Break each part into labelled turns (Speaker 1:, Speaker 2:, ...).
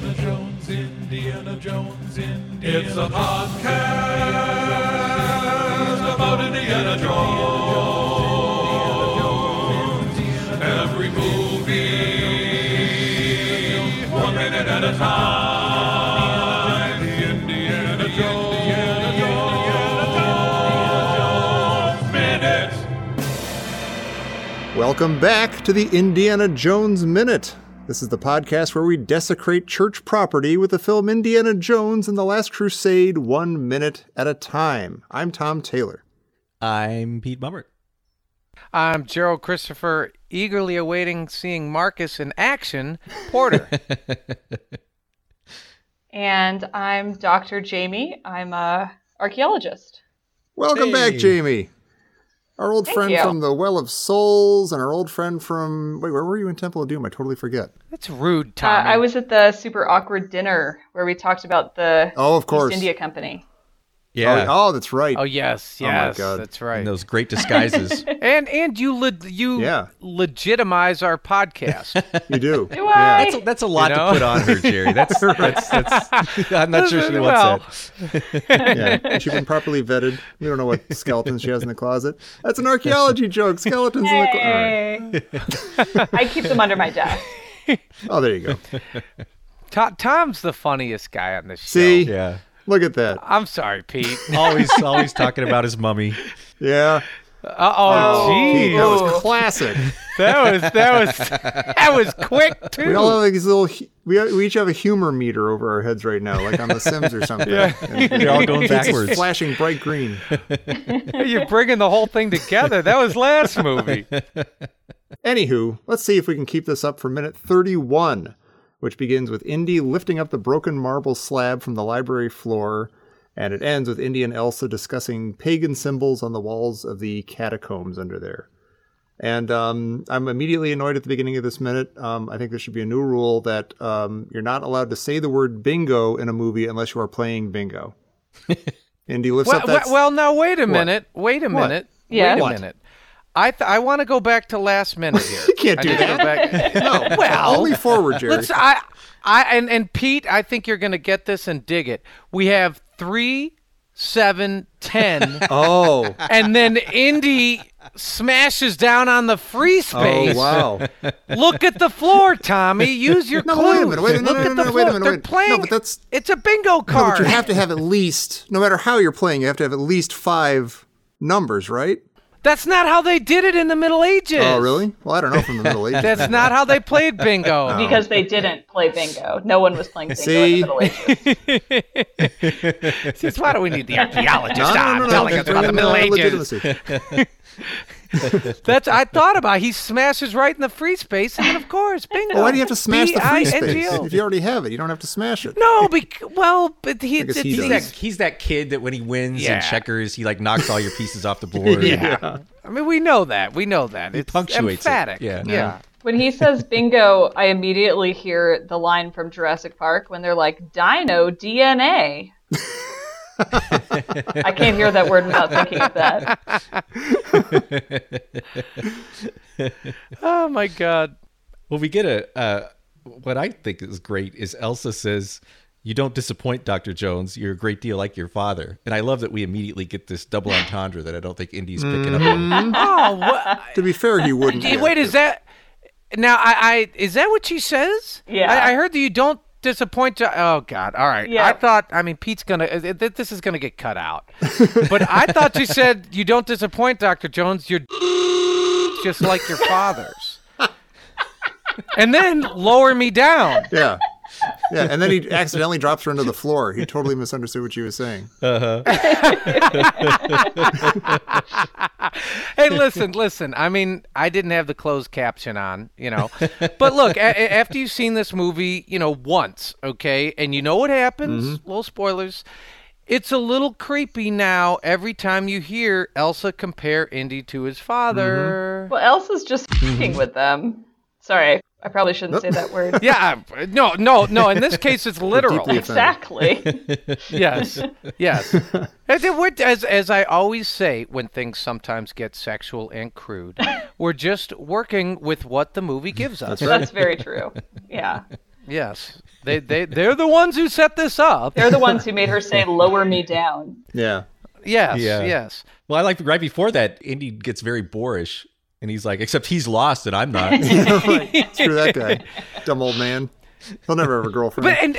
Speaker 1: Jones, Indiana Jones, Indiana It's a podcast about Indiana Jones. Every movie, one minute at a time. Indiana Jones, Indiana Jones, minutes.
Speaker 2: Welcome back to the Indiana Jones Minute. This is the podcast where we desecrate church property with the film Indiana Jones and the Last Crusade one minute at a time. I'm Tom Taylor.
Speaker 3: I'm Pete Bummert.
Speaker 4: I'm Gerald Christopher, eagerly awaiting seeing Marcus in action. Porter.
Speaker 5: And I'm Dr. Jamie. I'm a archaeologist.
Speaker 2: Welcome back,
Speaker 3: Hey.
Speaker 2: Jamie. Our old
Speaker 5: Thank
Speaker 2: friend
Speaker 5: you.
Speaker 2: from the Well of Souls and our old friend from. Wait, where were you in Temple of Doom? I totally forget. Oh,
Speaker 4: That's rude,
Speaker 5: Uh,
Speaker 4: Tommy.
Speaker 5: I was at the super awkward dinner where we talked about the
Speaker 2: Oh, of course.
Speaker 5: East India Company.
Speaker 3: Yeah.
Speaker 2: Oh, oh, that's right.
Speaker 4: Oh yes,
Speaker 2: Oh, my
Speaker 4: yes,
Speaker 2: God.
Speaker 4: that's right.
Speaker 3: In those great disguises.
Speaker 4: And and you le- you
Speaker 2: Yeah.
Speaker 4: legitimize our podcast.
Speaker 2: You do.
Speaker 5: Do I?
Speaker 3: that's, a, that's a lot
Speaker 4: You
Speaker 3: to
Speaker 4: know?
Speaker 3: put on her, Jerry. That's, that's, that's I'm not sure she wants
Speaker 4: Well.
Speaker 3: that.
Speaker 2: Yeah. Has she been properly vetted? We don't know what skeletons she has in the closet. That's an archaeology joke. Skeletons in the closet.
Speaker 5: Yay. I keep them under my desk.
Speaker 2: Oh, there you go.
Speaker 4: To- Tom's the funniest guy on this show.
Speaker 2: See?
Speaker 3: Yeah.
Speaker 2: Look at that.
Speaker 4: I'm sorry, Pete.
Speaker 3: Always, always talking about his mummy.
Speaker 2: Yeah.
Speaker 4: Uh
Speaker 5: Oh,
Speaker 4: oh,
Speaker 2: Pete,
Speaker 4: geez,
Speaker 2: that
Speaker 5: Ooh.
Speaker 2: was classic.
Speaker 4: that was that was that was quick too.
Speaker 2: We all have like these little. hu- We, we each have a humor meter over our heads right now, like on The Sims or something. Yeah.
Speaker 3: They're all going backwards.
Speaker 2: flashing bright green.
Speaker 4: You're bringing the whole thing together. That was last movie.
Speaker 2: Anywho, let's see if we can keep this up for minute 31, which begins with Indy lifting up the broken marble slab from the library floor, and it ends with Indy and Elsa discussing pagan symbols on the walls of the catacombs under there. And um, I'm immediately annoyed at the beginning of this minute. Um, I think there should be a new rule that um, you're not allowed to say the word bingo in a movie unless you are playing bingo. Indy lifts
Speaker 4: Well,
Speaker 2: up that.
Speaker 4: well, well, now wait a minute. Wait a minute.
Speaker 5: Yeah.
Speaker 4: Wait a
Speaker 2: What?
Speaker 4: minute. I th- I want to go back to last minute here. you
Speaker 2: can't do that.
Speaker 4: no. Well,
Speaker 2: Oh, only forward, Jerry.
Speaker 4: let's. I I and and Pete, I think you're going to get this and dig it. We have three, seven, ten,
Speaker 2: Oh,
Speaker 4: and then Indy smashes down on the free
Speaker 2: oh,
Speaker 4: space.
Speaker 2: wow.
Speaker 4: Look at the floor, Tommy. Use your
Speaker 2: No,
Speaker 4: clues.
Speaker 2: wait a minute, wait a minute,
Speaker 4: Look
Speaker 2: no,
Speaker 4: at
Speaker 2: no,
Speaker 4: the
Speaker 2: no,
Speaker 4: floor.
Speaker 2: wait a minute,
Speaker 4: They're
Speaker 2: wait a- no,
Speaker 4: playing.
Speaker 2: but that's-
Speaker 4: it's a bingo
Speaker 2: No,
Speaker 4: card.
Speaker 2: but you have to have at least, no matter how you're playing, you have to have at least five numbers, right?
Speaker 4: That's not how they did it in the Middle Ages.
Speaker 2: Oh, really? Well, I don't know from the Middle Ages.
Speaker 4: That's not how they played bingo.
Speaker 5: Because they didn't play bingo. No one was playing bingo
Speaker 2: Oh.
Speaker 5: in
Speaker 2: See?
Speaker 5: the Middle Ages.
Speaker 4: Since why do we need the archaeologist
Speaker 2: no, no,
Speaker 4: on
Speaker 2: no, no,
Speaker 4: telling
Speaker 2: no,
Speaker 4: us about
Speaker 2: no,
Speaker 4: the
Speaker 2: no,
Speaker 4: Middle Ages?
Speaker 2: legitimacy.
Speaker 4: That's I thought about. He smashes right in the free space, and then, of course, bingo.
Speaker 2: Well, why do you have to smash the free space?
Speaker 4: B-I-N-G-O.
Speaker 2: If you already have it, you don't have to smash it.
Speaker 4: No, bec- well, but he,
Speaker 2: guess
Speaker 4: it's,
Speaker 2: he
Speaker 3: He's
Speaker 2: does.
Speaker 3: that,
Speaker 4: he's-
Speaker 3: he's that kid that when he wins
Speaker 4: Yeah.
Speaker 3: in checkers, he like knocks all your pieces off the board.
Speaker 2: Yeah.
Speaker 4: I mean, we know that. We know that. It's
Speaker 3: punctuates it.
Speaker 4: emphatic.
Speaker 3: Yeah.
Speaker 4: yeah.
Speaker 5: When he says bingo, I immediately hear the line from Jurassic Park when they're like, dino DNA. I can't hear that word without thinking of that.
Speaker 4: Oh my God.
Speaker 3: Well, we get a uh, what I think is great is Elsa says, "You don't disappoint, Doctor Jones. You're a great deal like your father." And I love that we immediately get this double entendre that I don't think Indy's picking up on.
Speaker 4: Oh, what?
Speaker 2: To be fair, he wouldn't.
Speaker 4: Gee, wait, is that now? I, I is that what she says?
Speaker 5: Yeah.
Speaker 4: I, I heard that you don't disappoint. To, oh God! All right.
Speaker 5: Yeah.
Speaker 4: I thought. I mean, Pete's gonna. uh, th- This is gonna get cut out. but I thought she said you don't disappoint, Doctor Jones. You're just like your father's. and then lower me down.
Speaker 2: Yeah. Yeah, and then he accidentally drops her into the floor. He totally misunderstood what she was saying.
Speaker 4: Hey, listen, listen. I mean, I didn't have the closed caption on, you know. But look, a- a- after you've seen this movie, you know, once, okay, and you know what happens, little spoilers. It's a little creepy now every time you hear Elsa compare Indy to his father.
Speaker 5: Well, Elsa's just
Speaker 2: Mm-hmm.
Speaker 5: fucking with them. Sorry, I probably shouldn't say that word.
Speaker 4: Yeah, I- no, no, no. In this case, it's literal.
Speaker 2: deeply-
Speaker 5: Exactly.
Speaker 4: yes, yes. As, it would- as, as I always say, when things sometimes get sexual and crude, we're just working with what the movie gives us.
Speaker 5: That's very true. Yeah.
Speaker 4: Yes. They they they're the ones who set this up.
Speaker 5: They're the ones who made her say, "Lower me down."
Speaker 2: Yeah.
Speaker 4: Yes,
Speaker 3: Yeah.
Speaker 4: yes.
Speaker 3: Well, I like right before that, Indy gets very boorish, and he's like, "Except he's lost, and I'm not."
Speaker 2: Screw that guy. Dumb old man. He'll never have a girlfriend.
Speaker 4: But and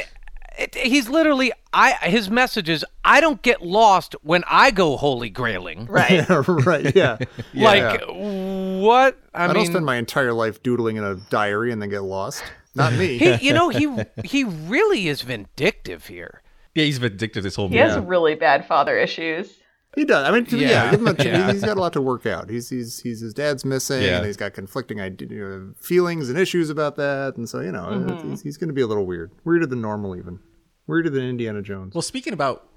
Speaker 4: it, he's literally I his message is I don't get lost when I go holy grailing.
Speaker 5: Right.
Speaker 2: yeah, right. Yeah.
Speaker 4: Like what? I,
Speaker 2: I,
Speaker 4: mean,
Speaker 2: don't spend my entire life doodling in a diary and then get lost. Not me.
Speaker 4: he, you know he he really is vindictive here.
Speaker 3: yeah, he's vindictive this whole
Speaker 5: He
Speaker 3: movie.
Speaker 5: has really bad father issues.
Speaker 2: He does. I mean, to- yeah,
Speaker 4: Yeah.
Speaker 2: give him a-
Speaker 4: Yeah.
Speaker 2: he's got a lot to work out. He's he's, he's his dad's missing,
Speaker 3: Yeah.
Speaker 2: and he's got conflicting ide- uh, feelings and issues about that, and so you know, he's, he's going to be a little weird, weirder than normal, even weirder than Indiana Jones.
Speaker 3: Well, speaking about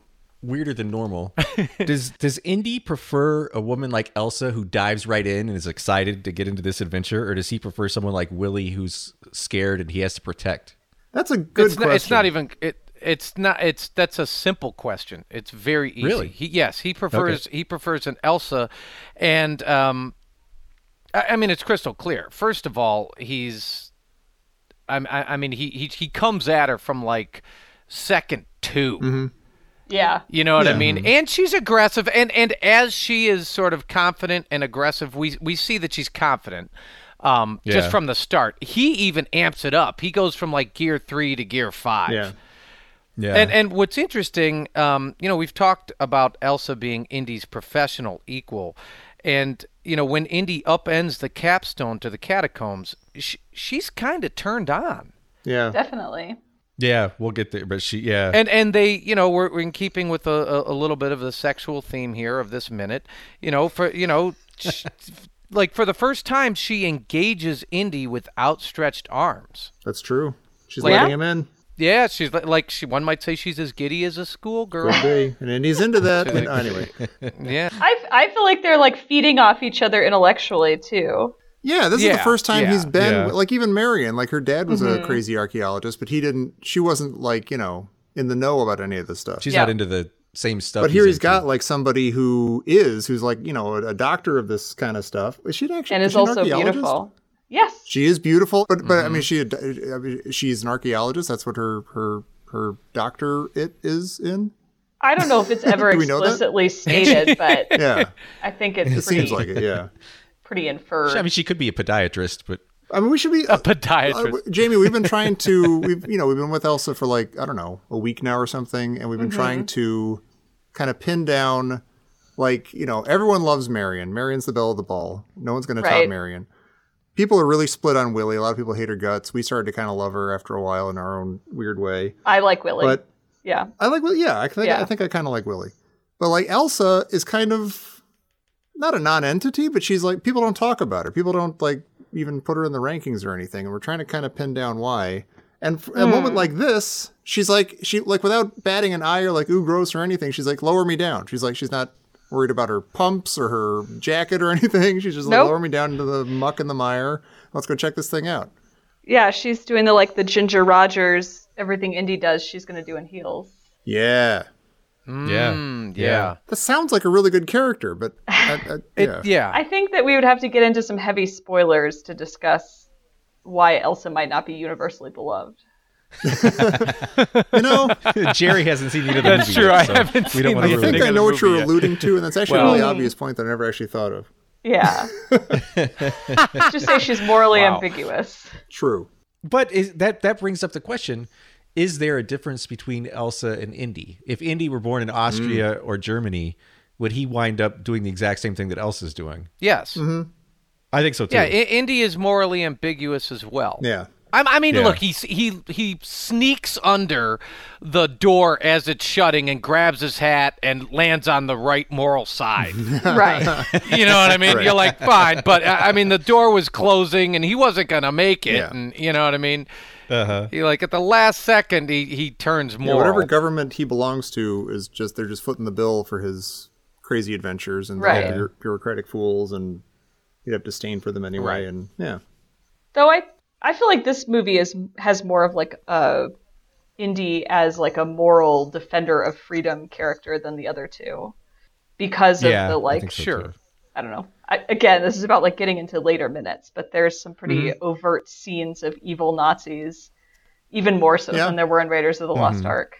Speaker 3: weirder than normal, does does Indy prefer a woman like Elsa who dives right in and is excited to get into this adventure, or does he prefer someone like Willy who's scared and he has to protect?
Speaker 2: That's a good
Speaker 4: it's
Speaker 2: question.
Speaker 4: not, it's not even it it's not it's that's a simple question it's very easy
Speaker 3: Really?
Speaker 4: he, yes he prefers he prefers an elsa and um I, I mean it's crystal clear first of all he's I'm- i i mean he he, he comes at her from like second 2
Speaker 5: Yeah.
Speaker 4: you know what I mean? And she's aggressive, and and as she is sort of confident and aggressive, we we see that she's confident. Um,
Speaker 3: Yeah.
Speaker 4: just from the start, he even amps it up. He goes from like gear three to gear five.
Speaker 2: Yeah.
Speaker 3: Yeah,
Speaker 4: And and what's interesting, um, you know, we've talked about Elsa being Indy's professional equal, and you know when Indy upends the capstone to the catacombs, sh she's kind of turned on.
Speaker 2: Yeah.
Speaker 5: Definitely.
Speaker 3: yeah, we'll get there, but she, yeah,
Speaker 4: and and they you know we're, we're in keeping with a, a, a little bit of the sexual theme here of this minute you know for you know sh- like for the first time she engages indy with outstretched arms
Speaker 2: That's true. She's
Speaker 5: Well,
Speaker 2: letting
Speaker 5: yeah.
Speaker 2: him in.
Speaker 4: yeah she's li- like she one might say she's as giddy as a schoolgirl
Speaker 2: Could be. And then he's into that. And- anyway.
Speaker 4: yeah
Speaker 5: I, I feel like they're like feeding off each other intellectually too.
Speaker 2: Yeah, this is the
Speaker 4: Yeah,
Speaker 2: first time
Speaker 4: yeah,
Speaker 2: he's been
Speaker 3: yeah.
Speaker 2: like even Marion, like her dad was a crazy archaeologist, but he didn't she wasn't like, you know, in the know about any of this stuff.
Speaker 3: she's
Speaker 5: Yeah.
Speaker 3: not into the same stuff.
Speaker 2: but here he's
Speaker 3: into.
Speaker 2: got like somebody who is, who's like, you know, a, a doctor of this kind of stuff. Is she an actually
Speaker 5: And
Speaker 2: is
Speaker 5: is
Speaker 2: she an
Speaker 5: also
Speaker 2: archaeologist?
Speaker 5: beautiful. Yes.
Speaker 2: She is beautiful, but but I mean she had- I mean, she's an archaeologist. That's what her her her doctor it is in.
Speaker 5: I don't know if it's ever
Speaker 2: Do we know that?
Speaker 5: explicitly stated, but
Speaker 2: Yeah,
Speaker 5: I think it's
Speaker 2: it
Speaker 5: pretty,
Speaker 2: seems like it. Yeah,
Speaker 5: pretty inferred.
Speaker 3: I mean, she could be a podiatrist, but
Speaker 2: I mean we should be
Speaker 4: a
Speaker 2: Uh,
Speaker 4: podiatrist
Speaker 2: w- Jamie, we've been trying to we've you know we've been with Elsa for like I don't know a week now or something, and we've been trying to kind of pin down like you know everyone loves Marion. Marion's the belle of the ball. No one's going to top
Speaker 5: Right.
Speaker 2: Marion. People are really split on Willie. A lot of people hate her guts. We started to kind of love her after a while in our own weird way.
Speaker 5: I like Willie.
Speaker 2: But
Speaker 5: yeah.
Speaker 2: I like Willie. Yeah, I think
Speaker 5: Yeah.
Speaker 2: I think I kind of like Willie. But like Elsa is kind of not a non-entity, but she's like people don't talk about her. People don't like even put her in the rankings or anything. And we're trying to kind of pin down why. And for a moment like this, she's like she like without batting an eye or like ooh gross or anything. She's like lower me down. She's like she's not worried about her pumps or her jacket or anything. She's just like
Speaker 5: Nope.
Speaker 2: lower me down into the muck and the mire. Let's go check this thing out.
Speaker 5: Yeah, she's doing the like the Ginger Rogers, everything Indy does, she's gonna do in heels.
Speaker 2: Yeah, Mm,
Speaker 3: yeah,
Speaker 4: yeah.
Speaker 2: that sounds like a really good character, but I, I,
Speaker 4: It,
Speaker 2: yeah.
Speaker 4: yeah.
Speaker 5: I think that we would have to get into some heavy spoilers to discuss why Elsa might not be universally beloved.
Speaker 2: you know.
Speaker 3: Jerry hasn't seen either of the
Speaker 4: That's
Speaker 3: movies
Speaker 4: true,
Speaker 3: yet,
Speaker 4: I
Speaker 3: so
Speaker 4: haven't
Speaker 3: we don't
Speaker 4: seen
Speaker 3: want
Speaker 4: the
Speaker 3: to
Speaker 2: I
Speaker 3: ruin
Speaker 2: think
Speaker 4: ending.
Speaker 3: it.
Speaker 2: I
Speaker 4: of
Speaker 2: know
Speaker 4: the
Speaker 2: what you're
Speaker 4: movie yet.
Speaker 2: alluding to, and that's actually a
Speaker 4: Well-
Speaker 2: really obvious point that I never actually thought of.
Speaker 5: Yeah. Just say she's morally ambiguous.
Speaker 2: True.
Speaker 3: But is, that that brings up the question: Is there a difference between Elsa and Indy? If Indy were born in Austria
Speaker 2: Mm.
Speaker 3: or Germany, would he wind up doing the exact same thing that Elsa's doing?
Speaker 4: yes
Speaker 3: I think so too.
Speaker 4: yeah I- indy is morally ambiguous as well
Speaker 2: Yeah.
Speaker 4: I'm- I mean,
Speaker 3: Yeah.
Speaker 4: look, he he he sneaks under the door as it's shutting and grabs his hat and lands on the right moral side.
Speaker 5: Right.
Speaker 4: you know what I mean? You're like, fine, but I I mean, the door was closing and he wasn't gonna make it,
Speaker 2: Yeah.
Speaker 4: and you know what I mean? Uh-huh. He like at the last second he he turns
Speaker 2: Yeah,
Speaker 4: moral.
Speaker 2: whatever government he belongs to is just they're just footing the bill for his crazy adventures and
Speaker 5: Right.
Speaker 2: all the bu- bureaucratic fools, and he'd have disdain for them anyway.
Speaker 4: Right.
Speaker 2: And yeah,
Speaker 5: Though I I feel like this movie is has more of like a Indy as like a moral defender of freedom character than the other two. Because of
Speaker 3: Yeah,
Speaker 5: the
Speaker 3: I
Speaker 5: like
Speaker 3: think so,
Speaker 4: sure.
Speaker 3: too.
Speaker 5: I don't know. I, again, this is about
Speaker 2: Mm-hmm.
Speaker 5: like getting into later minutes, but there's some pretty overt scenes of evil Nazis even more so
Speaker 2: Yeah. Mm-hmm.
Speaker 5: than there were in Raiders of the Lost Ark.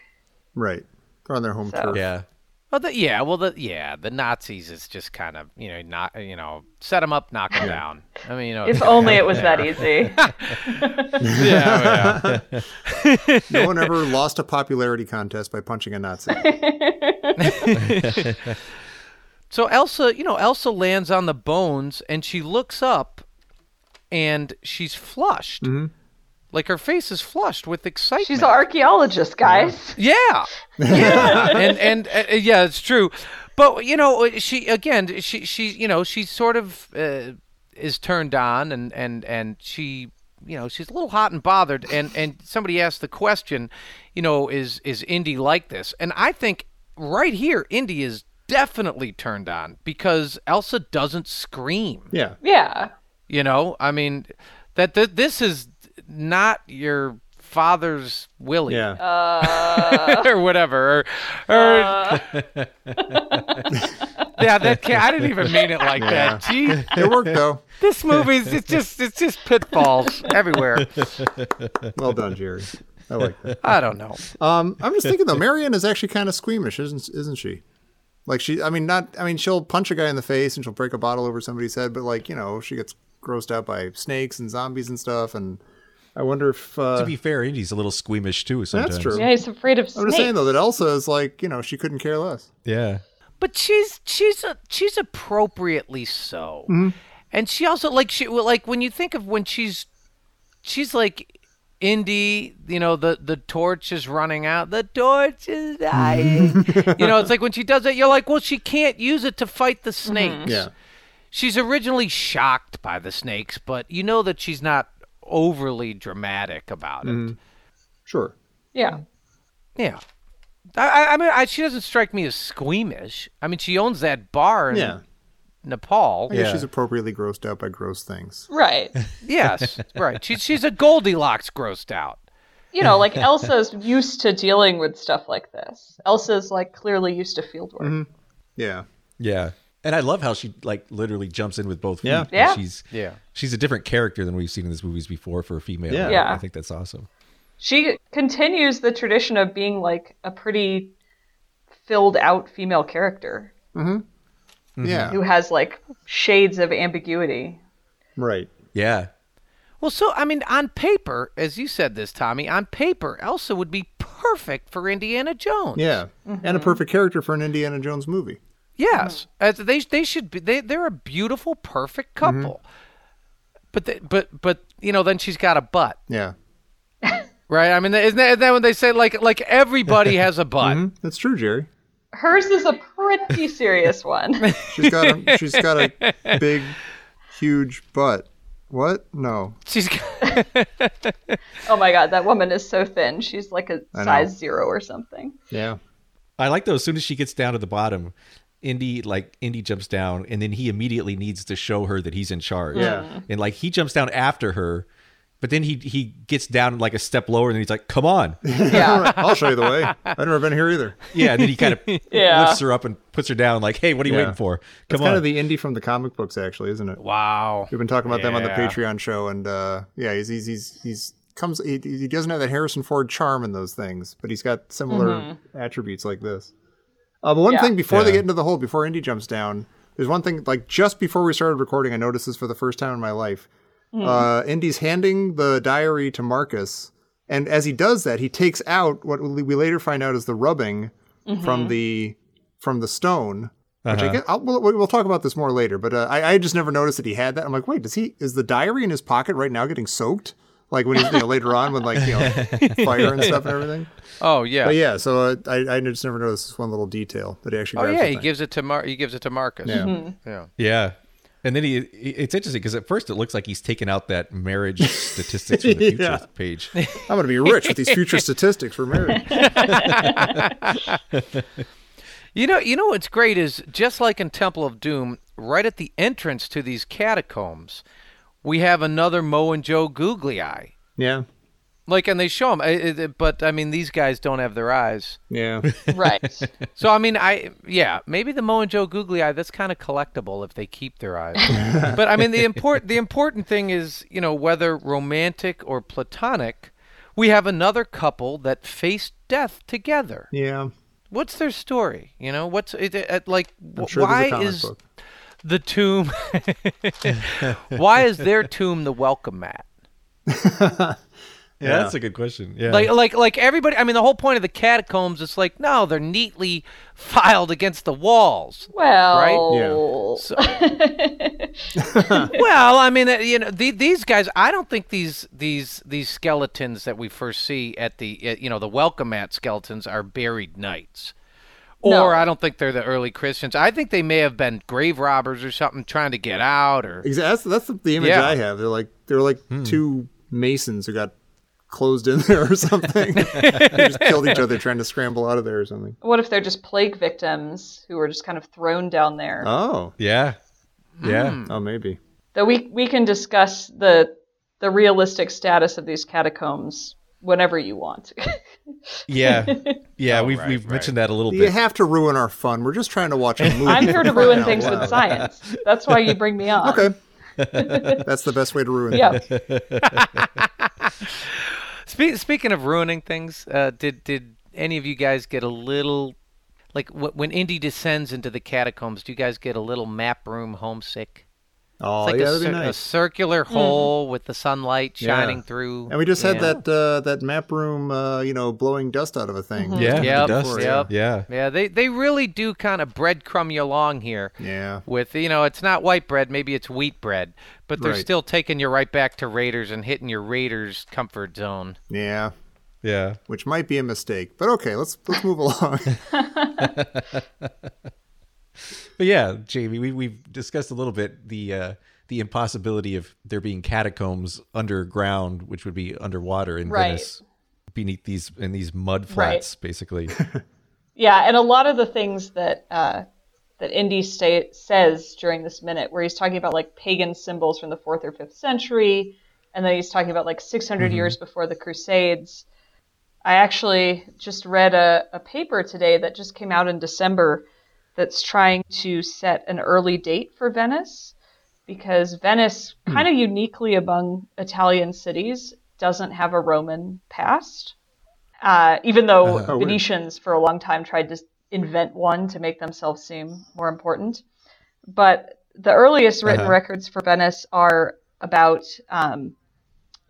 Speaker 2: Right. They're on their home
Speaker 5: So-
Speaker 2: turf.
Speaker 3: Yeah.
Speaker 4: Well, the, yeah, well, the, yeah, the Nazis is just kind of you know not you know set them up, knock them down. I mean, you know,
Speaker 5: If only it was that easy.
Speaker 4: yeah, yeah.
Speaker 2: No one ever lost a popularity contest by punching a Nazi.
Speaker 4: So Elsa, you know, Elsa lands on the bones and she looks up and she's flushed. Like her face is flushed with excitement.
Speaker 5: She's an archaeologist, guys.
Speaker 4: Yeah. Yeah. and, and uh, yeah, it's true. But you know, uh, she again, she she you know, she sort of uh, is turned on and and and she you know, she's a little hot and bothered and and somebody asked the question, you know, is is Indy like this? And I think right here Indy is definitely turned on because Elsa doesn't scream.
Speaker 2: Yeah.
Speaker 5: Yeah.
Speaker 4: You know, I mean that th- this is not your father's Willie
Speaker 2: Yeah.
Speaker 5: Uh,
Speaker 4: or whatever or, or Uh. yeah that can i didn't even mean it like that gee
Speaker 2: it worked though.
Speaker 4: this movie's it's just it's just pitfalls everywhere
Speaker 2: Well done, Jerry. I like that.
Speaker 4: i don't know
Speaker 2: Um, I'm just thinking though, Marianne is actually kind of squeamish, isn't isn't she? Like she, I mean, not, I mean, she'll punch a guy in the face and she'll break a bottle over somebody's head, but like you know, she gets grossed out by snakes and zombies and stuff, and I wonder if uh,
Speaker 3: To be fair, Indy's a little squeamish too sometimes.
Speaker 2: that's true.
Speaker 5: Yeah, he's afraid of
Speaker 2: I'm
Speaker 5: snakes.
Speaker 2: just saying though that Elsa is like you know she couldn't care less.
Speaker 3: Yeah.
Speaker 4: but she's she's a, she's appropriately so and she also like she well, like when you think of when she's she's like Indy, you know the the torch is running out. The torch is dying. you know, it's like when she does it, you're like, well, she can't use it to fight the snakes.
Speaker 2: Yeah.
Speaker 4: She's originally shocked by the snakes, but you know that she's not overly dramatic about it.
Speaker 2: Mm-hmm. Sure.
Speaker 5: Yeah.
Speaker 4: Yeah. I, I- I mean, I, she doesn't strike me as squeamish. I mean, she owns that bar in
Speaker 2: Yeah.
Speaker 4: Nepal.
Speaker 2: I guess
Speaker 3: Yeah.
Speaker 2: she's appropriately grossed out by gross things.
Speaker 5: Right.
Speaker 4: Yes, right. She, she's a Goldilocks grossed out.
Speaker 5: You know, like Elsa's used to dealing with stuff like this. Elsa's like clearly used to field work.
Speaker 2: Mm-hmm. Yeah.
Speaker 3: Yeah. And I love how she like literally jumps in with both feet.
Speaker 2: Yeah.
Speaker 3: Like,
Speaker 5: Yeah.
Speaker 3: She's
Speaker 4: Yeah.
Speaker 3: she's a different character than we've seen in these movies before for a female.
Speaker 2: Yeah.
Speaker 5: Yeah.
Speaker 3: I think that's awesome.
Speaker 5: She continues the tradition of being like a pretty filled out female character
Speaker 2: Yeah.
Speaker 5: who has like shades of ambiguity.
Speaker 2: Right.
Speaker 3: Yeah.
Speaker 4: Well, so, I mean, on paper, as you said this, Tommy, on paper, Elsa would be perfect for Indiana Jones.
Speaker 2: Yeah. And a perfect character for an Indiana Jones movie.
Speaker 4: Yes, as they they should be. They they're a beautiful, perfect
Speaker 2: Mm-hmm.
Speaker 4: couple. But they, but but you know, then she's got a butt,
Speaker 2: Yeah.
Speaker 4: right? I mean, isn't that, isn't that when they say like like everybody has a butt?
Speaker 2: Hmm? That's true, Jerry.
Speaker 5: Hers is a pretty serious one.
Speaker 2: She's got a, she's got a big, huge butt. What? No.
Speaker 4: She's got,
Speaker 5: Oh my god, that woman is so thin. She's like a
Speaker 2: know.
Speaker 5: size zero or something.
Speaker 2: Yeah.
Speaker 3: I like though as soon as she gets down to the bottom, Indy like Indy jumps down and then he immediately needs to show her that he's in charge.
Speaker 2: Yeah.
Speaker 3: And like he jumps down after her, but then he he gets down like a step lower and then he's like, "Come on."
Speaker 2: All right, I'll show you the way. I've never been here either.
Speaker 3: Yeah, and then he kind of
Speaker 5: Yeah.
Speaker 3: lifts her up and puts her down like, "Hey, what are you
Speaker 2: Yeah.
Speaker 3: waiting for?
Speaker 2: That's
Speaker 3: Come
Speaker 2: kind
Speaker 3: on."
Speaker 2: of the indie from the comic books, actually, isn't it?
Speaker 4: wow.
Speaker 2: We've been talking about them on the
Speaker 4: Yeah.
Speaker 2: Patreon show, and uh, yeah, he's he's he's, he's comes he, he doesn't have that Harrison Ford charm in those things, but he's got similar attributes like this. Uh, but one
Speaker 5: Yeah.
Speaker 2: thing before they
Speaker 3: Yeah.
Speaker 2: get into the hole, before Indy jumps down, there's one thing like just before we started recording, I noticed this for the first time in my life. Uh, Indy's handing the diary to Marcus, and as he does that, he takes out what we we later find out is the rubbing from the from the stone. Which
Speaker 4: Uh-huh.
Speaker 2: I guess, I'll, we'll, we'll talk about this more later, but uh, I, I just never noticed that he had that. I'm like, wait, does he? Is the diary in his pocket right now getting soaked? Like when he's you know, later on when like you know fire and stuff and everything.
Speaker 4: Oh yeah.
Speaker 2: But yeah, so uh, I I just never noticed this one little detail that he actually.
Speaker 4: Oh
Speaker 2: grabs
Speaker 4: yeah.
Speaker 2: the
Speaker 4: He
Speaker 2: thing.
Speaker 4: gives it to Mar. He gives it to Marcus.
Speaker 2: Yeah.
Speaker 4: Yeah.
Speaker 3: Yeah. And then he, he- it's interesting because at first it looks like he's taken out that marriage statistics from the future
Speaker 2: Yeah.
Speaker 3: page.
Speaker 2: I'm gonna be rich with these future statistics for marriage.
Speaker 4: You know, you know what's great is just like in Temple of Doom, right at the entrance to these catacombs, we have another Mo and Joe Googly Eye.
Speaker 2: Yeah,
Speaker 4: Like, and they show them, eh, but I mean, these guys don't have their eyes.
Speaker 2: yeah,
Speaker 5: Right.
Speaker 4: So I mean, I yeah, maybe the Mo and Joe Googly Eye. That's kind of collectible if they keep their eyes. but I mean, the important the important thing is you know whether romantic or platonic. we have another couple that faced death together.
Speaker 2: Yeah.
Speaker 4: What's their story? You know, what's it, it like?
Speaker 2: I'm
Speaker 4: wh-
Speaker 2: sure there's a
Speaker 4: why
Speaker 2: comic
Speaker 4: is
Speaker 2: book.
Speaker 4: the tomb? why is their tomb the welcome mat?
Speaker 3: Yeah, oh. that's a good question. Yeah.
Speaker 4: Like, like, like everybody. I mean, the whole point of the catacombs. It's like no, they're neatly filed against the walls.
Speaker 5: Well,
Speaker 4: So, well, I mean, uh, you know, the, these guys. I don't think these these these skeletons that we first see at the uh, you know the welcome mat skeletons are buried knights, or
Speaker 5: No.
Speaker 4: I don't think they're the early Christians. I think they may have been grave robbers or something trying to get out. Or
Speaker 2: Exactly. That's, that's the image
Speaker 4: Yeah. Hmm.
Speaker 2: I have. They're like they're like two masons who got closed in there or something. they just killed each other trying to scramble out of there or something.
Speaker 5: what if they're just plague victims who were just kind of thrown down there?
Speaker 2: Oh.
Speaker 3: yeah. Yeah.
Speaker 2: Oh, maybe.
Speaker 5: Though we we can discuss the the realistic status of these catacombs whenever you want.
Speaker 3: Yeah. Yeah. we've
Speaker 4: right,
Speaker 3: we've
Speaker 4: right.
Speaker 3: mentioned that a little
Speaker 2: You
Speaker 3: bit.
Speaker 2: have to ruin our fun. We're just trying to watch a movie.
Speaker 5: I'm here to ruin
Speaker 2: Now,
Speaker 5: things
Speaker 2: wow.
Speaker 5: with science. That's why you bring me on.
Speaker 2: Okay. That's the best way to ruin
Speaker 5: Yeah.
Speaker 4: Spe- speaking of ruining things, uh, did did any of you guys get a little like w- when Indy descends into the catacombs? Do you guys get a little map room homesick?
Speaker 2: Oh,
Speaker 4: It's like
Speaker 2: yeah,
Speaker 4: a,
Speaker 2: that'd be
Speaker 4: cir- a
Speaker 2: nice. Mm-hmm.
Speaker 4: circular hole with the sunlight
Speaker 2: Yeah.
Speaker 4: shining through.
Speaker 2: And we just had
Speaker 4: Yeah.
Speaker 2: that uh, that map room, uh, you know, blowing dust out of a thing.
Speaker 5: Mm-hmm.
Speaker 3: Yeah. The
Speaker 4: Yep,
Speaker 3: dust.
Speaker 4: yep.
Speaker 3: Yeah.
Speaker 4: Yeah, they they really do kind of breadcrumb you along here.
Speaker 2: Yeah.
Speaker 4: With you know, it's not white bread, maybe it's wheat bread, but they're
Speaker 2: Right.
Speaker 4: still taking you right back to Raiders and hitting your Raiders comfort zone.
Speaker 2: Yeah.
Speaker 3: Yeah.
Speaker 2: Which might be a mistake, but okay, let's let's move along.
Speaker 3: But yeah, Jamie, we we've discussed a little bit the uh, the impossibility of there being catacombs underground, which would be underwater in
Speaker 5: Right.
Speaker 3: Venice, beneath these in these mud flats, basically.
Speaker 5: Yeah, and a lot of the things that uh, that Indy sta says during this minute, where he's talking about like pagan symbols from the fourth or fifth century, and then he's talking about like 600 years before the Crusades. I actually just read a, a paper today that just came out in December that's trying to set an early date for Venice because Venice,
Speaker 2: Hmm.
Speaker 5: kind of uniquely among Italian cities, doesn't have a Roman past. Uh, even though
Speaker 2: Oh, weird.
Speaker 5: Venetians for a long time tried to invent one to make themselves seem more important. But the earliest written
Speaker 3: Uh-huh.
Speaker 5: records for Venice are about um,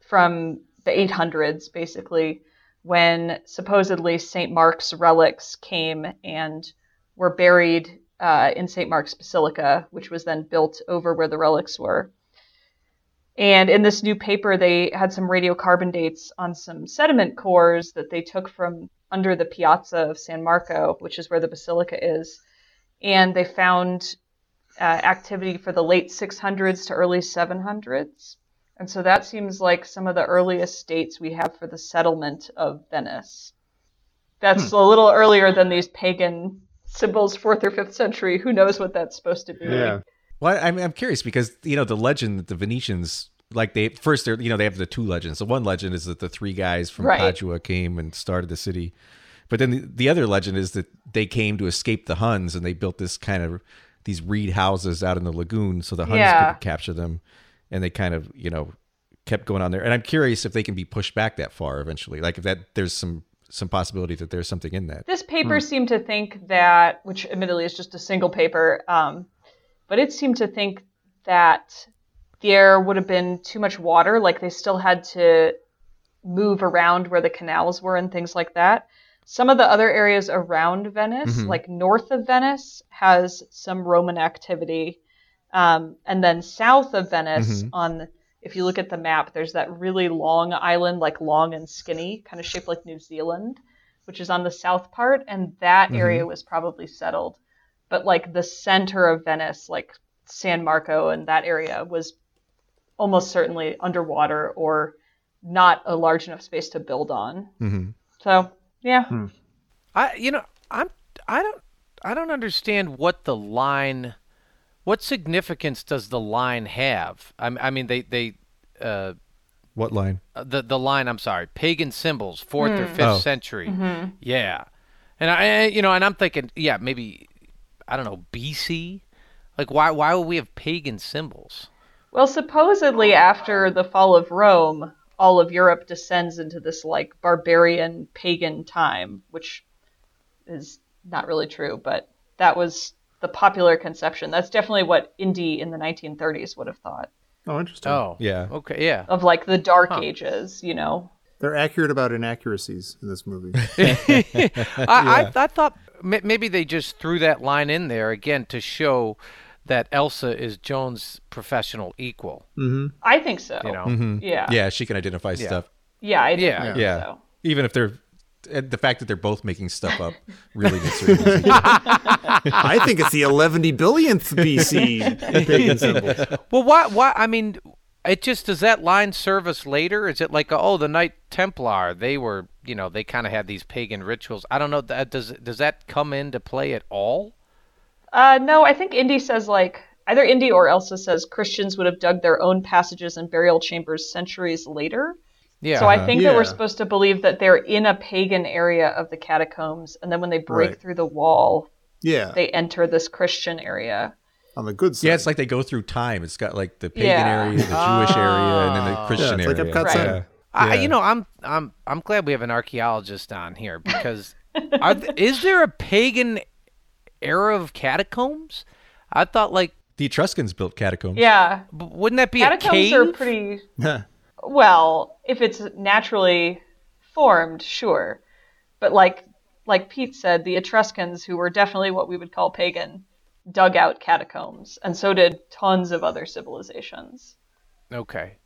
Speaker 5: from the 800s, basically, when supposedly St. Mark's relics came and were buried uh, in St. Mark's Basilica, which was then built over where the relics were. And in this new paper, they had some radiocarbon dates on some sediment cores that they took from under the piazza of San Marco, which is where the basilica is. And they found uh, activity for the late 600s to early 700s. And so that seems like some of the earliest dates we have for the settlement of Venice. That's a little earlier than these pagan symbols, fourth or fifth century. Who knows what that's supposed to be?
Speaker 2: yeah.
Speaker 3: Well, I'm I'm curious because you know the legend that the Venetians like they first they're you know they have the two legends. The one legend is that the three guys from
Speaker 5: Right.
Speaker 3: Padua came and started the city, but then the, the other legend is that they came to escape the Huns and they built this kind of these reed houses out in the lagoon so the Huns
Speaker 5: Yeah.
Speaker 3: couldn't capture them, and they kind of you know kept going on there. And I'm curious if they can be pushed back that far eventually. Like if that there's some some possibility that there's something in that.
Speaker 5: This paper seemed to think that, which admittedly is just a single paper, um, but it seemed to think that there would have been too much water. Like they still had to move around where the canals were and things like that. Some of the other areas around Venice,
Speaker 3: Mhm.
Speaker 5: like north of Venice, has some Roman activity. Um, and then south of Venice,
Speaker 3: Mhm.
Speaker 5: on if you look at the map, there's that really long island, like long and skinny, kind of shaped like New Zealand, which is on the south part, and that area was probably settled. But like the center of Venice, like San Marco and that area, was almost certainly underwater or not a large enough space to build on.
Speaker 3: Mm-hmm.
Speaker 5: So yeah,
Speaker 4: I you know I'm I don't I don't understand what the line what significance does the line have? I, I mean they they uh,
Speaker 3: What line?
Speaker 4: the the line I'm sorry pagan symbols fourth or fifth
Speaker 3: Oh.
Speaker 4: century yeah and I I- you know and I'm thinking yeah maybe I don't know BC like why why would we have pagan symbols
Speaker 5: well, supposedly after the fall of Rome, all of Europe descends into this like barbarian pagan time, which is not really true, but that was the popular conception. That's definitely what indie in the 1930s would have thought
Speaker 2: Oh, interesting.
Speaker 4: Oh.
Speaker 3: Yeah.
Speaker 4: Okay. Yeah.
Speaker 5: of like the dark
Speaker 4: Huh.
Speaker 5: ages, you know.
Speaker 2: They're accurate about inaccuracies in this movie.
Speaker 4: I, I, I thought ma- maybe they just threw that line in there again to show that Elsa is Joan's professional equal.
Speaker 5: I think so.
Speaker 4: You know,
Speaker 2: Mm.
Speaker 5: Yeah. Uh, Yeah,
Speaker 3: Yeah, she can identify stuff.
Speaker 5: I do
Speaker 4: Yeah.
Speaker 5: think
Speaker 3: Yeah.
Speaker 5: Oh, so.
Speaker 3: Even if they're and the fact that they're both making stuff up really makes her easy.
Speaker 2: I think it's the 11 billionth BC pagan symbol.
Speaker 4: Well, why? Why? I mean, it just does that line serve us later? Is it like, oh, the Knight Templar? They were, you know, they kind of had these pagan rituals. I don't know. That does does that come into play at all?
Speaker 5: Uh, no, I think Indy says like either Indy or Elsa says Christians would have dug their own passages and burial chambers centuries later.
Speaker 4: Yeah.
Speaker 5: So I think that
Speaker 2: Yeah.
Speaker 5: we're supposed to believe that they're in a pagan area of the catacombs, and then when they break
Speaker 2: Right.
Speaker 5: through the wall,
Speaker 2: Yeah,
Speaker 5: they enter this Christian area.
Speaker 2: on the good side.
Speaker 3: yeah, it's like they go through time. It's got like the pagan
Speaker 5: Yeah. Oh.
Speaker 3: area, the Jewish area, and then the
Speaker 2: yeah,
Speaker 3: Christian
Speaker 2: it's like
Speaker 3: area.
Speaker 2: Epcot
Speaker 5: Right.
Speaker 2: Center.
Speaker 4: I,
Speaker 3: Yeah.
Speaker 4: you know, I'm I'm I'm glad we have an archaeologist on here because are th- is there a pagan era of catacombs? I thought like
Speaker 3: The Etruscans built catacombs.
Speaker 5: Yeah,
Speaker 4: b- wouldn't that be a
Speaker 5: catacombs
Speaker 4: cave?
Speaker 5: are pretty
Speaker 2: Yeah.
Speaker 5: well if it's naturally formed, sure, but like like Pete said, the Etruscans, who were definitely what we would call pagan, dug out catacombs, and so did tons of other civilizations.
Speaker 4: Okay.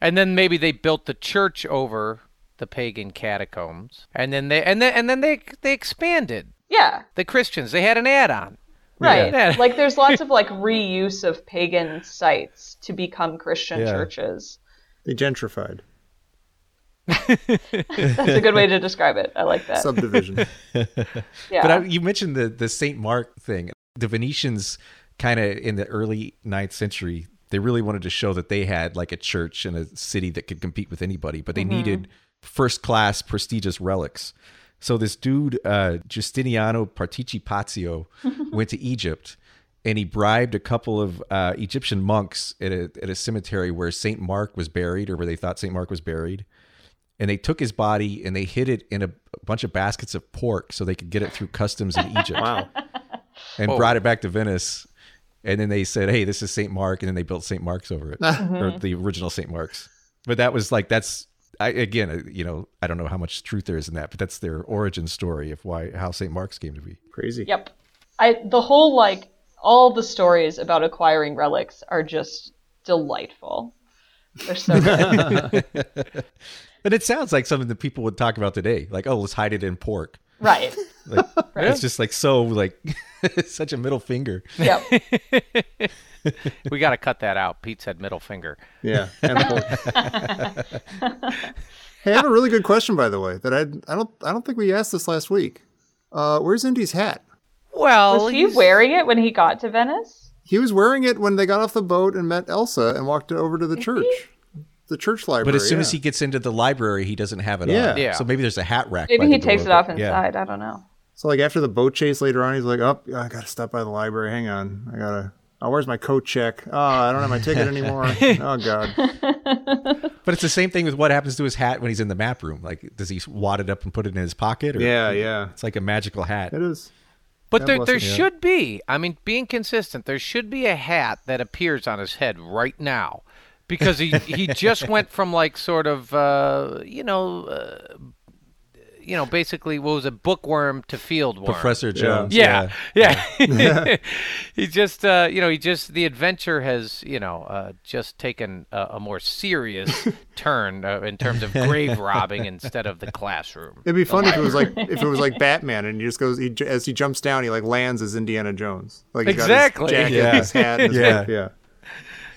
Speaker 4: And then maybe they built the church over the pagan catacombs. And then they and then and then they they expanded.
Speaker 5: Yeah,
Speaker 4: The Christians, they had an add-on.
Speaker 5: Right.
Speaker 4: Yeah.
Speaker 5: Like there's lots of like reuse of pagan sites to become Christian
Speaker 3: Yeah.
Speaker 5: churches.
Speaker 2: They gentrified.
Speaker 5: That's a good way to describe it. I like that.
Speaker 2: Subdivision.
Speaker 5: yeah.
Speaker 3: But I, you mentioned the the Saint Mark thing. The Venetians kind of in the early ninth century, they really wanted to show that they had like a church and a city that could compete with anybody, but they needed first class prestigious relics. So this dude uh, Justiniano Partici Pazio went to Egypt and he bribed a couple of uh, Egyptian monks at a, at a cemetery where Saint Mark was buried or where they thought Saint Mark was buried and they took his body and they hid it in a, a bunch of baskets of pork so they could get it through customs in Egypt. wow. And brought it back to Venice. And then they said, hey, this is St. Mark. And then they built St. Mark's over it, or the original St. Mark's. But that was like, that's, I, again, uh, you know, I don't know how much truth there is in that, but that's their origin story of why, how St. Mark's came to be.
Speaker 2: Crazy.
Speaker 5: yep. I the whole like all the stories about acquiring relics are just delightful. They're so good.
Speaker 3: And it sounds like something that people would talk about today. Like, oh, let's hide it in pork.
Speaker 5: right.
Speaker 3: Like, it's just like so, like, such a middle finger.
Speaker 5: Yep.
Speaker 4: We got to cut that out. Pete said middle finger.
Speaker 2: Yeah. and pork. hey, I have a really good question, by the way, that I I don't I don't think we asked this last week. Uh, where's Indy's hat?
Speaker 4: Well,
Speaker 5: Was he
Speaker 4: he's-
Speaker 5: wearing it when he got to Venice?
Speaker 2: He was wearing it when they got off the boat and met Elsa and walked over to the church, the church library.
Speaker 3: But as soon
Speaker 2: yeah.
Speaker 3: as he gets into the library, he doesn't have it
Speaker 2: Yeah.
Speaker 3: on.
Speaker 4: Yeah.
Speaker 3: So maybe there's a hat rack. by
Speaker 5: Maybe
Speaker 3: the
Speaker 5: he takes it
Speaker 3: door,
Speaker 5: off
Speaker 3: but- yeah.
Speaker 5: inside. I don't know.
Speaker 2: so like after the boat chase later on, he's like, "Oh, I gotta stop by the library. Hang on, I gotta." Oh, where's my coat check? Oh, I don't have my ticket anymore. oh God.
Speaker 3: But it's the same thing with what happens to his hat when he's in the map room. Like, does he wad it up and put it in his pocket? Or
Speaker 2: Yeah, yeah.
Speaker 3: It's like a magical hat.
Speaker 2: It is.
Speaker 4: But there,
Speaker 2: bless
Speaker 4: there
Speaker 2: him, yeah.
Speaker 4: should be. I mean, being consistent, there should be a hat that appears on his head right now, because he he just went from like sort of uh, you know, uh, you know, basically what was a bookworm to field worm.
Speaker 3: Professor Jones.
Speaker 4: Yeah, yeah. he just, uh, you know, he just the adventure has, you know, uh, just taken a, a more serious turn uh, in terms of grave robbing instead of the classroom.
Speaker 2: It'd be fun if it was like if it was like Batman and he just goes he, j- as he jumps down he like lands as Indiana Jones like he's
Speaker 4: Exactly.
Speaker 2: got his jacket
Speaker 3: Yeah.
Speaker 2: his hat and his
Speaker 3: Yeah.
Speaker 2: whip, yeah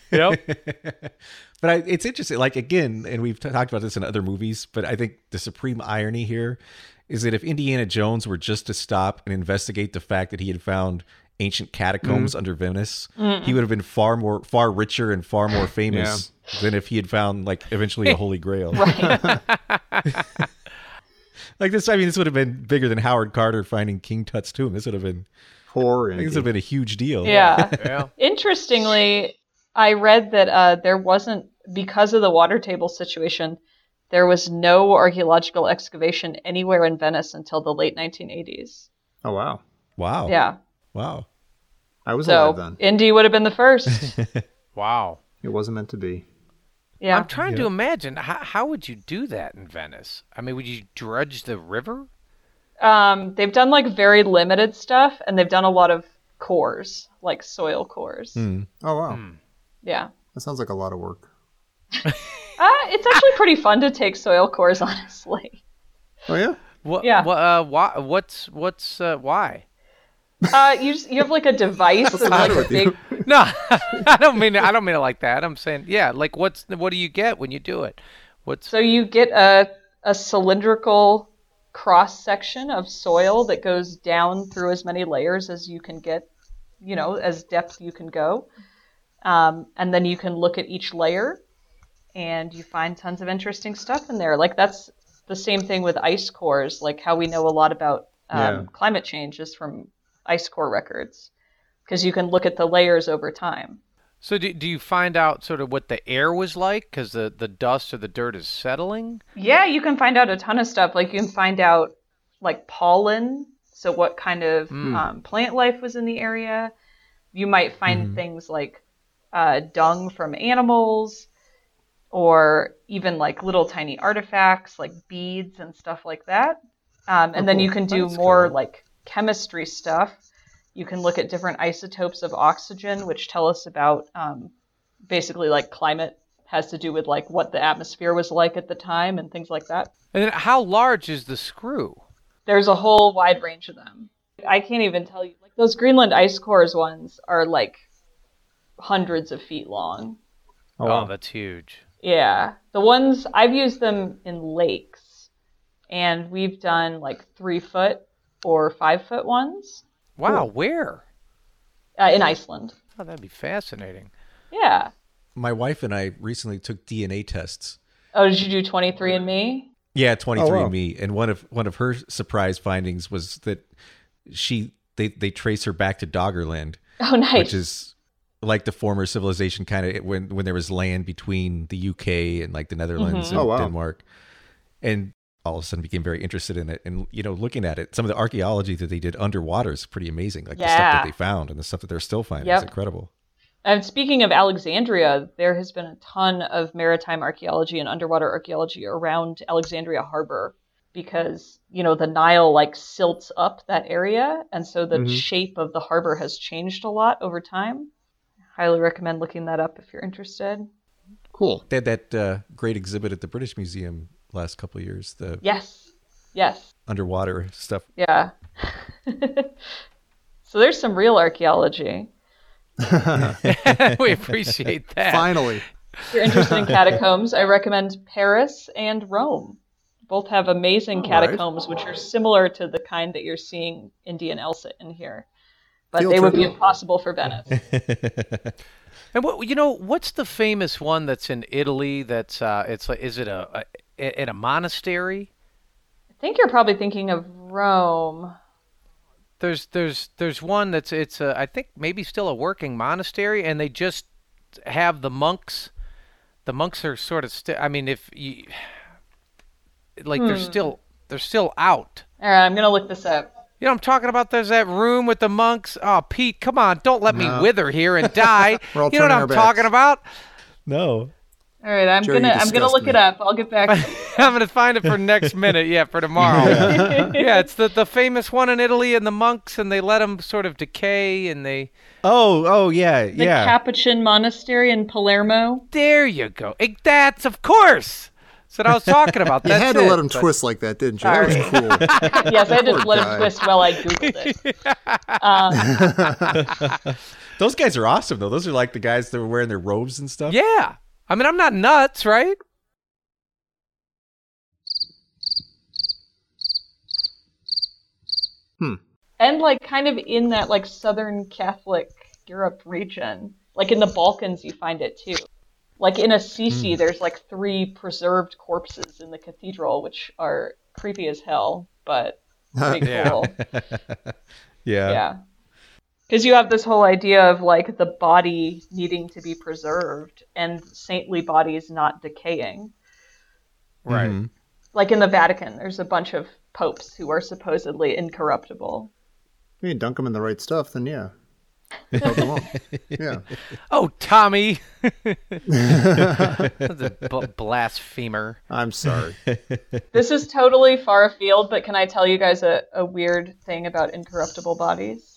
Speaker 4: Yep.
Speaker 3: But I, it's interesting. Like again, and we've t- talked about this in other movies, but I think the supreme irony here is that if Indiana Jones were just to stop and investigate the fact that he had found ancient catacombs
Speaker 5: Mm.
Speaker 3: under Venice, he would have been far more, far richer and far more famous than if he had found like eventually a Holy Grail. like this, I mean, this would have been bigger than Howard Carter finding King Tut's tomb. This would have been,
Speaker 2: poor
Speaker 3: I think
Speaker 2: Indy.
Speaker 3: this would have been a huge deal.
Speaker 5: Yeah.
Speaker 4: yeah.
Speaker 5: Interestingly, I read that uh, there wasn't because of the water table situation, there was no archaeological excavation anywhere in Venice until the late 1980s.
Speaker 2: Oh wow,
Speaker 3: Wow.
Speaker 5: Yeah.
Speaker 3: Wow.
Speaker 2: I was
Speaker 5: So
Speaker 2: alive then.
Speaker 5: Indy would have been the first.
Speaker 4: Wow.
Speaker 2: It wasn't meant to be.
Speaker 5: yeah.
Speaker 4: I'm trying to
Speaker 3: Yeah.
Speaker 4: imagine how, how would you do that in Venice? I mean, would you dredge the river?
Speaker 5: Um, they've done like very limited stuff, and they've done a lot of cores, like soil cores.
Speaker 2: Oh wow,
Speaker 5: Yeah.
Speaker 2: that sounds like a lot of work.
Speaker 5: Uh, it's actually pretty fun to take soil cores, honestly.
Speaker 2: Oh yeah,
Speaker 4: What?
Speaker 5: Yeah.
Speaker 4: What, uh, why, what's what's uh, why?
Speaker 5: Uh, you just, you have like a device that's like a
Speaker 2: with you?
Speaker 5: big.
Speaker 4: No, I don't mean I don't mean it like that. I'm saying yeah. Like what's what do you get when you do it? What's
Speaker 5: So you get a a cylindrical cross section of soil that goes down through as many layers as you can get, you know, as depth you can go, um, and then you can look at each layer, and you find tons of interesting stuff in there. Like that's the same thing with ice cores, like how we know a lot about um,
Speaker 2: Yeah.
Speaker 5: climate change is from ice core records, because you can look at the layers over time.
Speaker 4: so do, do you find out sort of what the air was like because the the dust or the dirt is settling?
Speaker 5: Yeah, you can find out a ton of stuff. Like you can find out like pollen, so what kind of um, plant life was in the area. You might find things like uh, dung from animals, or even like little tiny artifacts like beads and stuff like that. Um, and then you can do more like chemistry stuff. You can look at different isotopes of oxygen, which tell us about um, basically like climate has to do with like what the atmosphere was like at the time and things like that.
Speaker 4: And then how large is the screw?
Speaker 5: There's a whole wide range of them. I can't even tell you. Like those Greenland ice cores ones are like hundreds of feet long.
Speaker 2: oh,
Speaker 4: Oh,
Speaker 2: wow.
Speaker 4: that's huge.
Speaker 5: Yeah. The ones I've used them in lakes and we've done like three foot or five foot ones
Speaker 4: Wow, where?
Speaker 5: uh, in Iceland.
Speaker 4: Oh, that'd be fascinating.
Speaker 5: Yeah.
Speaker 3: My wife and I recently took DNA tests.
Speaker 5: Oh, did you do 23 and me?
Speaker 3: Yeah,
Speaker 2: Oh,
Speaker 3: 23andMe. And one of one of her surprise findings was that she they, they trace her back to Doggerland,
Speaker 5: Oh, nice.
Speaker 3: which is like the former civilization kind of when when there was land between the UK and like the Netherlands
Speaker 5: Mm-hmm.
Speaker 3: and
Speaker 2: Oh, wow.
Speaker 3: Denmark. And all of a sudden became very interested in it and you know looking at it some of the archaeology that they did underwater is pretty amazing like the stuff
Speaker 5: Yeah.
Speaker 3: that they found and the stuff that they're still finding is
Speaker 5: Yep.
Speaker 3: incredible
Speaker 5: And speaking of Alexandria, there has been a ton of maritime archaeology and underwater archaeology around Alexandria harbor because, you know, the Nile like silts up that area. And so the
Speaker 2: Mhm.
Speaker 5: shape of the harbor has changed a lot over time. Highly recommend looking that up if you're interested.
Speaker 2: cool.
Speaker 3: they had that uh, great exhibit at the british museum last couple of years the
Speaker 5: Yes. Yes.
Speaker 3: underwater stuff
Speaker 5: Yeah. so there's some real archaeology.
Speaker 4: we appreciate that.
Speaker 2: Finally,
Speaker 5: If you're interested in catacombs, I recommend Paris and Rome. Both have amazing
Speaker 2: All right.
Speaker 5: catacombs, which are similar to the kind that you're seeing Indy and Elsa in here. But
Speaker 2: Field
Speaker 5: they would be
Speaker 2: trip.
Speaker 5: impossible for Venice.
Speaker 4: And what you know? What's the famous one that's in Italy? That's uh, it's like is it a, a in a monastery?
Speaker 5: I think you're probably thinking of Rome.
Speaker 4: There's there's there's one that's it's a, I think maybe still a working monastery, and they just have the monks. The monks are sort of still. I mean, if you like, they're still they're still out.
Speaker 5: All right, I'm going to look this up.
Speaker 4: You know, what I'm talking about there's that room with the monks. Oh, Pete, come on, don't let me wither here and die.
Speaker 2: We're all
Speaker 4: you know what
Speaker 2: turning our
Speaker 4: I'm talking
Speaker 2: backs.
Speaker 4: about?
Speaker 3: no
Speaker 5: All right, I'm
Speaker 2: Jerry, you
Speaker 5: gonna I'm gonna
Speaker 2: disgust
Speaker 5: look
Speaker 2: me.
Speaker 5: it up. I'll get back.
Speaker 4: I'm gonna find it for next minute. Yeah, for tomorrow. yeah, it's the the famous one in Italy and the monks, and they let them sort of decay, and they.
Speaker 3: oh oh yeah
Speaker 5: The
Speaker 3: yeah
Speaker 5: Capuchin Monastery in Palermo.
Speaker 4: There you go. Eh, That's of course. That's what I was talking about.
Speaker 2: you
Speaker 4: That's
Speaker 2: had to
Speaker 4: it.
Speaker 2: let him
Speaker 4: But-
Speaker 2: twist like that, didn't you? That was cool.
Speaker 5: Yes, I just
Speaker 2: Poor
Speaker 5: let
Speaker 2: guy.
Speaker 5: him twist while I googled it. Um,
Speaker 3: those guys are awesome though those are like the guys that were wearing their robes and stuff
Speaker 4: Yeah. I mean, I'm not nuts, right?
Speaker 5: and like kind of in that like southern catholic europe region like in the balkans you find it too like in assisi there's like three preserved corpses in the cathedral which are creepy as hell but pretty
Speaker 4: Yeah.
Speaker 5: cool
Speaker 3: yeah
Speaker 5: yeah Because you have this whole idea of like the body needing to be preserved and saintly bodies not decaying.
Speaker 4: Right.
Speaker 2: Mm-hmm.
Speaker 3: Mhm.
Speaker 5: Like in the Vatican, there's a bunch of popes who are supposedly incorruptible.
Speaker 2: You dunk them in the right stuff, then yeah. Help them all. yeah.
Speaker 4: Oh, Tommy. the b- blasphemer.
Speaker 2: I'm sorry.
Speaker 5: This is totally far afield, but can I tell you guys a, a weird thing about incorruptible bodies?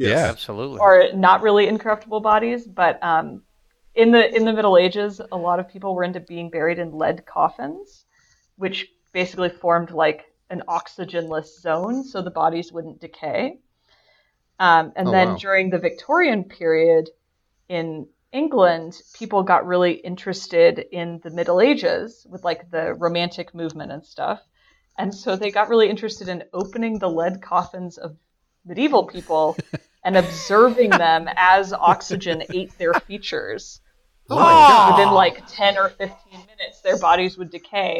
Speaker 3: Yeah.
Speaker 4: Absolutely.
Speaker 5: Or not really incorruptible bodies, but um, in the in the Middle Ages, a lot of people were into being buried in lead coffins, which basically formed like an oxygenless zone, so the bodies wouldn't decay. Um, and
Speaker 2: Oh,
Speaker 5: then
Speaker 2: wow.
Speaker 5: during the Victorian period in England, people got really interested in the Middle Ages with like the Romantic movement and stuff. And so they got really interested in opening the lead coffins of medieval people and observing them as oxygen ate their features.
Speaker 2: Oh my God.
Speaker 5: Within like 10 or 15 minutes, their bodies would decay.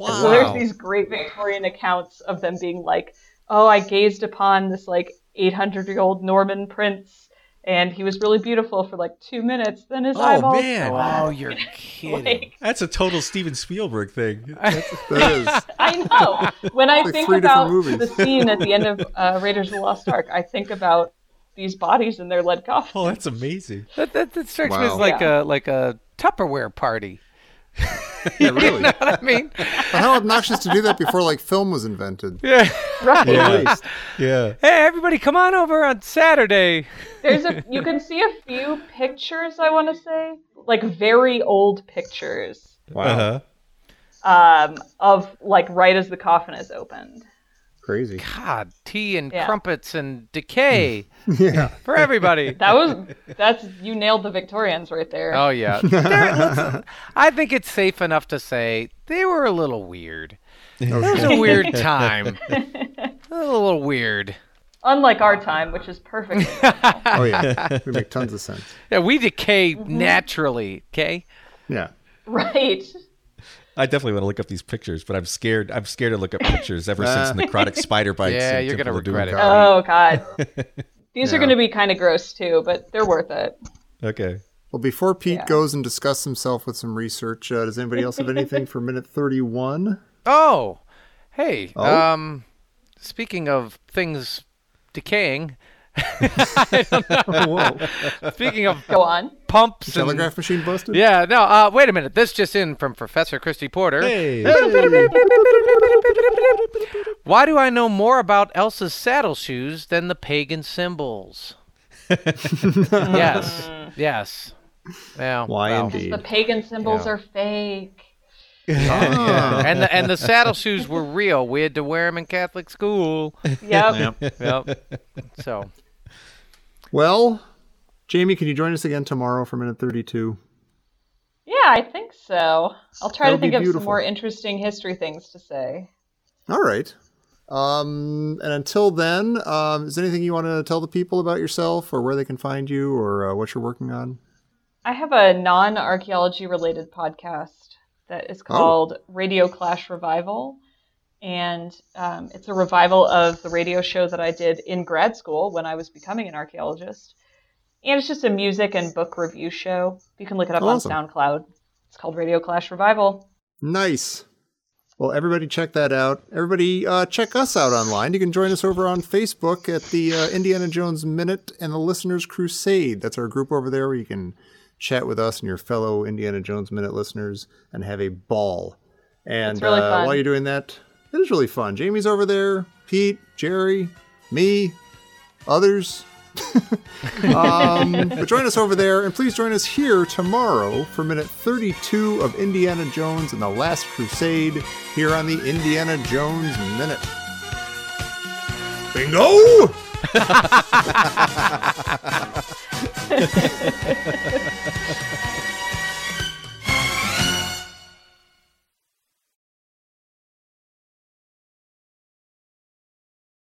Speaker 5: And so there's
Speaker 3: Wow.
Speaker 5: these great Victorian accounts of them being like, oh, I gazed upon this like 800 year old Norman prince and he was really beautiful for like two minutes. Then his
Speaker 3: Oh,
Speaker 5: eyeballs.
Speaker 3: man.
Speaker 5: fell
Speaker 4: Oh,
Speaker 5: out.
Speaker 4: you're kidding.
Speaker 5: Like,
Speaker 3: That's a total Steven Spielberg thing.
Speaker 2: That is.
Speaker 5: I know. When I
Speaker 2: Like
Speaker 5: think
Speaker 2: three different
Speaker 5: about
Speaker 2: movies.
Speaker 5: the scene at the end of uh, Raiders of the Lost Ark, I think about these bodies in their lead coffins.
Speaker 3: Oh, that's amazing.
Speaker 4: That, that, that strikes me as
Speaker 2: Wow.
Speaker 4: like a
Speaker 5: Yeah.
Speaker 4: like a Tupperware party.
Speaker 2: Yeah, really. But
Speaker 4: I mean,
Speaker 2: how obnoxious to do that before like film was invented.
Speaker 4: yeah.
Speaker 5: Right.
Speaker 2: At least.
Speaker 3: Yeah.
Speaker 4: Hey, everybody, come on over on Saturday.
Speaker 5: There's a you can see a few pictures, I want to say, like very old pictures
Speaker 2: Wow.
Speaker 3: Uh-huh.
Speaker 5: um, of like right as the coffin is opened.
Speaker 2: Crazy.
Speaker 4: God, tea and
Speaker 5: Yeah.
Speaker 4: crumpets and decay
Speaker 2: Yeah.
Speaker 4: for everybody.
Speaker 5: That was that's you nailed the Victorians right there.
Speaker 4: Oh yeah, There- let's- I think it's safe enough to say they were a little weird. It was a weird time. a little weird.
Speaker 5: Unlike our time, which is perfect.
Speaker 2: Oh yeah. We make tons of sense.
Speaker 4: Yeah, we decay naturally. Okay.
Speaker 2: Yeah.
Speaker 5: right.
Speaker 3: I definitely want to look up these pictures, but I'm scared. I'm scared to look up pictures ever
Speaker 2: Ah.
Speaker 3: since necrotic spider bites.
Speaker 4: Yeah,
Speaker 3: in
Speaker 4: you're gonna
Speaker 3: Temple of Doom
Speaker 4: regret it.
Speaker 2: Gods.
Speaker 5: Oh god. These
Speaker 2: Yeah.
Speaker 5: are going to be kind of gross too, but they're worth it.
Speaker 3: Okay.
Speaker 2: Well, before Pete
Speaker 5: Yeah.
Speaker 2: goes and discusses himself with some research, uh, does anybody else have anything for minute 31?
Speaker 4: Oh, hey.
Speaker 2: Oh?
Speaker 4: Um, speaking of things decaying,
Speaker 2: Whoa.
Speaker 4: speaking of
Speaker 5: Go on.
Speaker 4: pumps and
Speaker 2: Telegraph machine busted?
Speaker 4: Yeah, no, uh, wait a minute. This just in from Professor Christy Porter.
Speaker 3: Hey.
Speaker 4: Why do I know more about Elsa's saddle shoes than the pagan symbols? yes. Yes. Yeah.
Speaker 2: Why
Speaker 4: well.
Speaker 2: indeed.
Speaker 5: The pagan symbols are fake.
Speaker 2: Ah.
Speaker 4: And the and the saddle shoes were real. We had to wear them in Catholic school.
Speaker 5: Yep.
Speaker 4: Yep. So,
Speaker 2: Well, Jamie, can you join us again tomorrow for minute 32?
Speaker 5: Yeah, I think so. I'll try
Speaker 2: That would be
Speaker 5: to think of some
Speaker 2: beautiful.
Speaker 5: more interesting history things to say.
Speaker 2: All right. Um, and until then, um, is there anything you want to tell the people about yourself or where they can find you or uh, what you're working on?
Speaker 5: I have a non archaeology related podcast that is called Radio Clash Revival. And um, it's a revival of the radio show that I did in grad school when I was becoming an archaeologist. And it's just a music and book review show. You can look it up
Speaker 2: Awesome.
Speaker 5: on SoundCloud. It's called Radio Clash Revival.
Speaker 2: Nice. Well, everybody, check that out. Everybody, uh, check us out online. You can join us over on Facebook at the uh, Indiana Jones Minute and the Listeners Crusade. That's our group over there where you can chat with us and your fellow Indiana Jones Minute listeners and have a ball. And
Speaker 5: It's really
Speaker 2: uh,
Speaker 5: fun.
Speaker 2: while you're doing that, it is really fun. Jamie's over there, Pete, Jerry, me, others. um, but join us over there, and please join us here tomorrow for minute 32 of Indiana Jones and the Last Crusade here on the Indiana Jones Minute. Bingo!